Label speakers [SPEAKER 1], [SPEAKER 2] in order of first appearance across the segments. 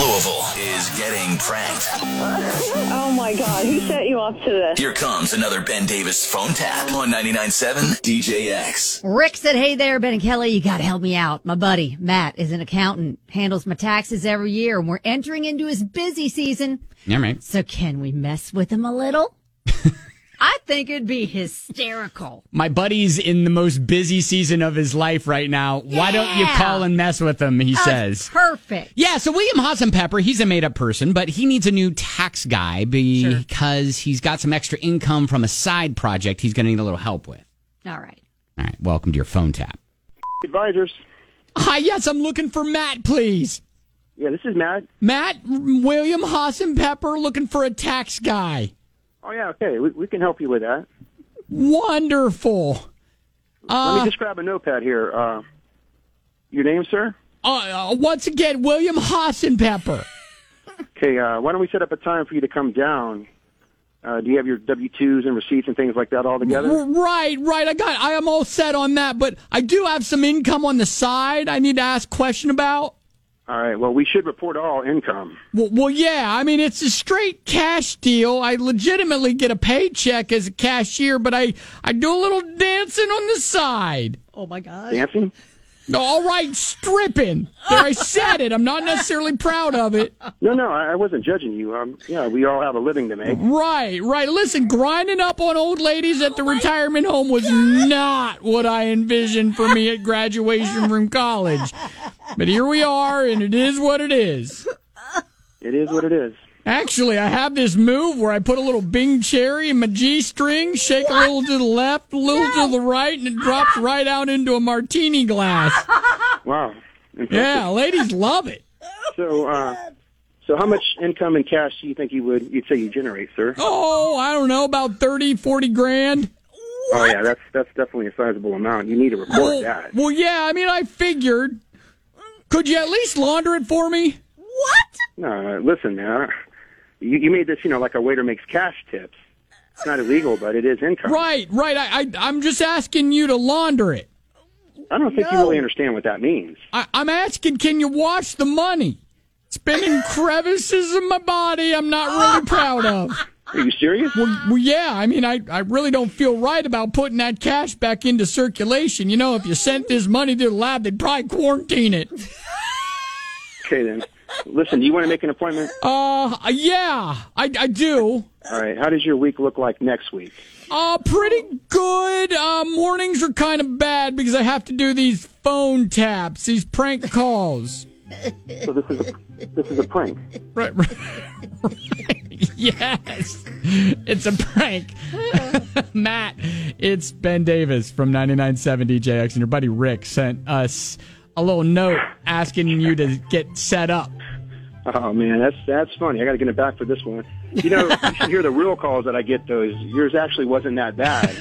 [SPEAKER 1] Louisville is getting pranked.
[SPEAKER 2] Oh my God, who set you up to this?
[SPEAKER 1] Here comes another Ben Davis phone tap on 99.7 DJX.
[SPEAKER 3] Rick said, Hey there, Ben and Kelly, you got to help me out. My buddy, Matt, is an accountant, handles my taxes every year, and we're entering into his busy season.
[SPEAKER 4] All right.
[SPEAKER 3] So can we mess with him a little? I think it'd be hysterical.
[SPEAKER 4] My buddy's in the most busy season of his life right now. Why don't you call and mess with him? He says.
[SPEAKER 3] Perfect.
[SPEAKER 4] Uh, Yeah, so William Hassan Pepper, he's a made up person, but he needs a new tax guy because he's got some extra income from a side project he's going to need a little help with.
[SPEAKER 3] All right.
[SPEAKER 4] All right, welcome to your phone tap.
[SPEAKER 5] Advisors.
[SPEAKER 4] Hi, yes, I'm looking for Matt, please.
[SPEAKER 5] Yeah, this is Matt.
[SPEAKER 4] Matt, William Hassan Pepper looking for a tax guy.
[SPEAKER 5] Oh yeah, okay. We, we can help you with that.
[SPEAKER 4] Wonderful. Uh,
[SPEAKER 5] Let me just grab a notepad here. Uh, your name, sir?
[SPEAKER 4] Uh, uh, once again, William Hassan Pepper.
[SPEAKER 5] Okay. Uh, why don't we set up a time for you to come down? Uh, do you have your W twos and receipts and things like that all
[SPEAKER 4] Mm-hmm.
[SPEAKER 5] together?
[SPEAKER 4] Right, right. I got. I am all set on that, but I do have some income on the side. I need to ask question about.
[SPEAKER 5] All right. Well, we should report all income.
[SPEAKER 4] Well, well, yeah. I mean, it's a straight cash deal. I legitimately get a paycheck as a cashier, but I I do a little dancing on the side.
[SPEAKER 3] Oh my God.
[SPEAKER 5] Dancing?
[SPEAKER 4] All right, stripping. There, I said it. I'm not necessarily proud of it.
[SPEAKER 5] No, no. I, I wasn't judging you. Um, yeah, we all have a living to make.
[SPEAKER 4] Right, right. Listen, grinding up on old ladies at the retirement home was not what I envisioned for me at graduation from college. But here we are, and it is what it is.
[SPEAKER 5] It is what it is.
[SPEAKER 4] Actually, I have this move where I put a little Bing Cherry in my G string, shake a little to the left, a little to the right, and it drops right out into a martini glass.
[SPEAKER 5] Wow.
[SPEAKER 4] Yeah, ladies love it.
[SPEAKER 5] So, uh, so how much income in cash do you think you would you'd say you generate, sir?
[SPEAKER 4] Oh, I don't know, about 30, 40 grand.
[SPEAKER 5] Oh yeah, that's that's definitely a sizable amount. You need to report
[SPEAKER 4] Well,
[SPEAKER 5] that.
[SPEAKER 4] well, yeah, I mean, I figured. Could you at least launder it for me?
[SPEAKER 5] No, uh, listen, man. I- You, you made this, you know, like a waiter makes cash tips. It's not illegal, but it is income.
[SPEAKER 4] Right, right. I, I, I'm just asking you to launder it.
[SPEAKER 5] I don't think you really understand what that means.
[SPEAKER 4] I, I'm asking, can you wash the money? It's been in crevices of my body I'm not really proud of.
[SPEAKER 5] Are you serious?
[SPEAKER 4] Well, yeah, I mean, I, I really don't feel right about putting that cash back into circulation. You know, if you sent this money to the lab, they'd probably quarantine it.
[SPEAKER 5] Okay, then. Listen, do you want to make an appointment?
[SPEAKER 4] Uh, yeah, I, I do.
[SPEAKER 5] All right. How does your week look like next week?
[SPEAKER 4] Uh, pretty good. Uh, mornings are kind of bad because I have to do these phone taps, these prank calls.
[SPEAKER 5] So this is a, this is a prank.
[SPEAKER 4] Right, right. yes. It's a prank. Matt, it's Ben Davis from 99.7 DJX, and your buddy Rick sent us a little note asking you to get set up.
[SPEAKER 5] Oh man, that's that's funny. I got to get it back for this one. You know, you should hear the real calls that I get. Those yours actually wasn't that bad.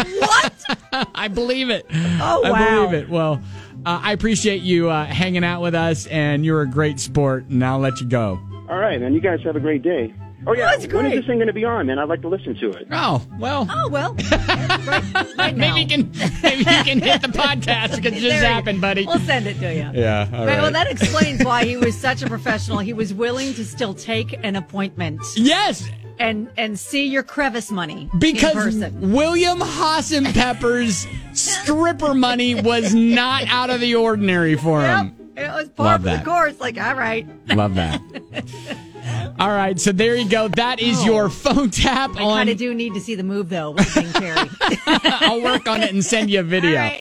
[SPEAKER 4] I believe it. Oh, I believe it. Well, uh, I appreciate you uh, hanging out with us, and you're a great sport, and I'll let you go.
[SPEAKER 5] All right, man. You guys have a great day. Oh yeah, when is this thing going to be on, man? I'd like to listen to it.
[SPEAKER 4] Oh, well.
[SPEAKER 3] Oh, well. Right- right now.
[SPEAKER 4] Maybe you can maybe you can hit the podcast because it
[SPEAKER 3] There
[SPEAKER 4] just
[SPEAKER 3] you-
[SPEAKER 4] happened, buddy.
[SPEAKER 3] We'll send it to you.
[SPEAKER 4] Yeah, all
[SPEAKER 3] Right, well, that explains why he was such a professional. He was willing to still take an appointment
[SPEAKER 4] yes,
[SPEAKER 3] and and see your crevice money in
[SPEAKER 4] because
[SPEAKER 3] person.
[SPEAKER 4] William Hassan Pepper's stripper money was not out of the ordinary for
[SPEAKER 3] Yep,
[SPEAKER 4] him.
[SPEAKER 3] it was par
[SPEAKER 4] love
[SPEAKER 3] for the
[SPEAKER 4] that.
[SPEAKER 3] course. Like, all right,
[SPEAKER 4] Love that. All right, so there you go. That is your phone tap
[SPEAKER 3] Oh. I kind
[SPEAKER 4] on.
[SPEAKER 3] of do need to see the move though. With Bing Cherry.
[SPEAKER 4] I'll work on it and send you a video.
[SPEAKER 3] All right.